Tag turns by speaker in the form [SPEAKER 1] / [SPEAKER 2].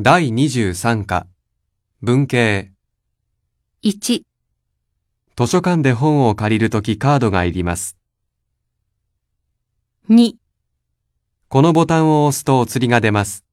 [SPEAKER 1] 第23課、文系、
[SPEAKER 2] 1、
[SPEAKER 1] 図書館で本を借りるときカードがいります。
[SPEAKER 2] 2、
[SPEAKER 1] このボタンを押すとお釣りが出ます。